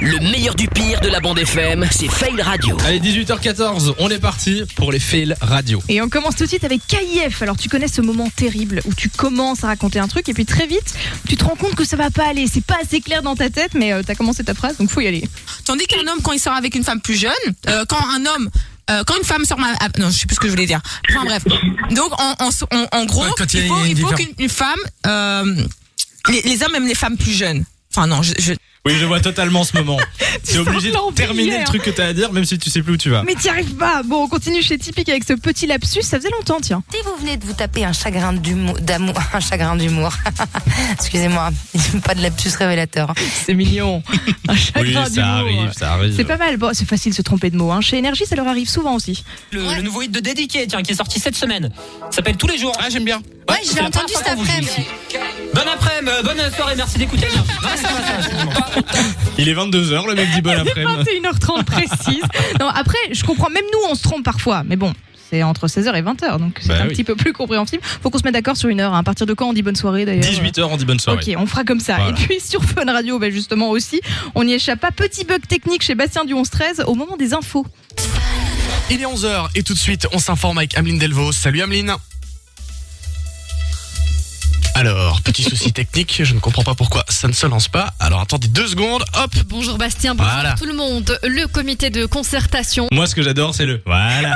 Le meilleur du pire de la bande FM, c'est Fail Radio. Allez, 18h14, on est parti pour les fails radio. Et on commence tout de suite avec KIF. Alors tu connais ce moment terrible où tu commences à raconter un truc et puis très vite tu te rends compte que ça va pas aller. C'est pas assez clair dans ta tête, mais euh, t'as commencé ta phrase donc faut y aller. Tandis qu'un homme, quand il sort avec une femme plus jeune, euh, quand un homme, euh, quand une femme sort, ma... ah, non, je sais plus ce que je voulais dire. Enfin bref. Donc en, en, en- en gros, Ouais, quand il y a il faut, une il faut différence. qu'une une femme, euh, les, les hommes aiment les femmes plus jeunes. Enfin non, je, je- Oui, je vois totalement ce moment. T'es obligé de sens l'envie terminer le hier. truc que t'as à dire, même si tu sais plus où tu vas. Mais t'y arrives pas. Bon, on continue chez Typique avec ce petit lapsus. Ça faisait longtemps, tiens. Si vous venez de vous taper un chagrin d'humour, d'amour, un chagrin d'humour, excusez-moi, pas de lapsus révélateur. C'est mignon. Un chagrin d'humour. ça arrive. euh, C'est pas mal. Bon, c'est facile de se tromper de mots. hein. Chez Énergie, ça leur arrive souvent aussi. Le, le nouveau hit de Dédiqué, tiens, qui est sorti cette semaine. Ça s'appelle Tous les jours. Ah, j'aime bien. Ouais, je l'ai entendu cet après-midi. Bonne après-midi, euh, bonne soirée, merci d'écouter. Ah, ça va, ça va, c'est bon. Il est 22h, le mec dit bon après-midi. 21h30 précise. Non, après, je comprends. Même nous, on se trompe parfois. Mais bon. C'est entre 16h et 20h, donc c'est Bah un oui. petit peu plus compréhensible. Faut qu'on se mette d'accord sur une heure. hein. À partir de quand on dit bonne soirée d'ailleurs euh, 18h, on dit bonne soirée. Ok, on fera comme ça. Voilà. Et puis sur Fun Radio, bah, justement aussi, on n'y échappe pas. Petit bug technique chez Bastien du 11-13 au moment des infos. Il est 11h et tout de suite on s'informe avec Ameline Delvaux. Salut Ameline alors, petit souci technique, je ne comprends pas pourquoi ça ne se lance pas. Alors attendez deux secondes, hop Bonjour Bastien, bonjour Voilà. tout le monde. Le comité de concertation. Moi, ce que j'adore, c'est le voilà.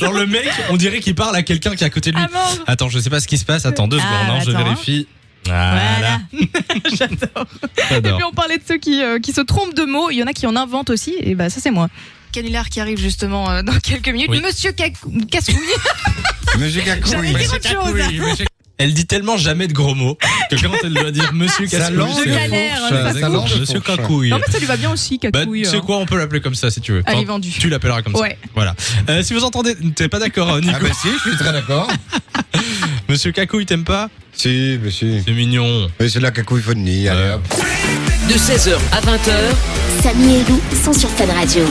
Genre, le mec, on dirait qu'il parle à quelqu'un qui est à côté de lui. mort Attends, je sais pas ce qui se passe. Ah, Attends deux Ah, secondes, hein, je attends. vérifie. Voilà. J'adore. Et J'adore. puis on parlait de ceux qui, euh, qui se trompent de mots. Il y en a qui en inventent aussi. Et bah ça, c'est moi. Canular qui arrive justement euh, dans quelques minutes. Oui. Monsieur Cac- Cassouille. J'allais dire autre chose. Elle dit tellement jamais de gros mots que quand elle doit dire Monsieur Ça Cassouille, langue, c'est- galère, ça c'est- ça langue, Monsieur fourche. Cacouille. Non, mais ça lui va bien aussi, Bah, Cacouille. tu sais hein. euh. quoi, on peut l'appeler comme ça si tu veux. Elle est Enfin, vendue. Tu l'appelleras comme Ouais. ça. Voilà. Euh, si vous entendez, t'es pas d'accord, hein, Nico. Ah bah si, je suis très d'accord. Monsieur Cacouille, t'aimes pas si, mais bah si. C'est mignon. Euh, Mais c'est de la cacophonie, allez hop. De 16h à 20h, Samy et Lou sont sur Fun Radio.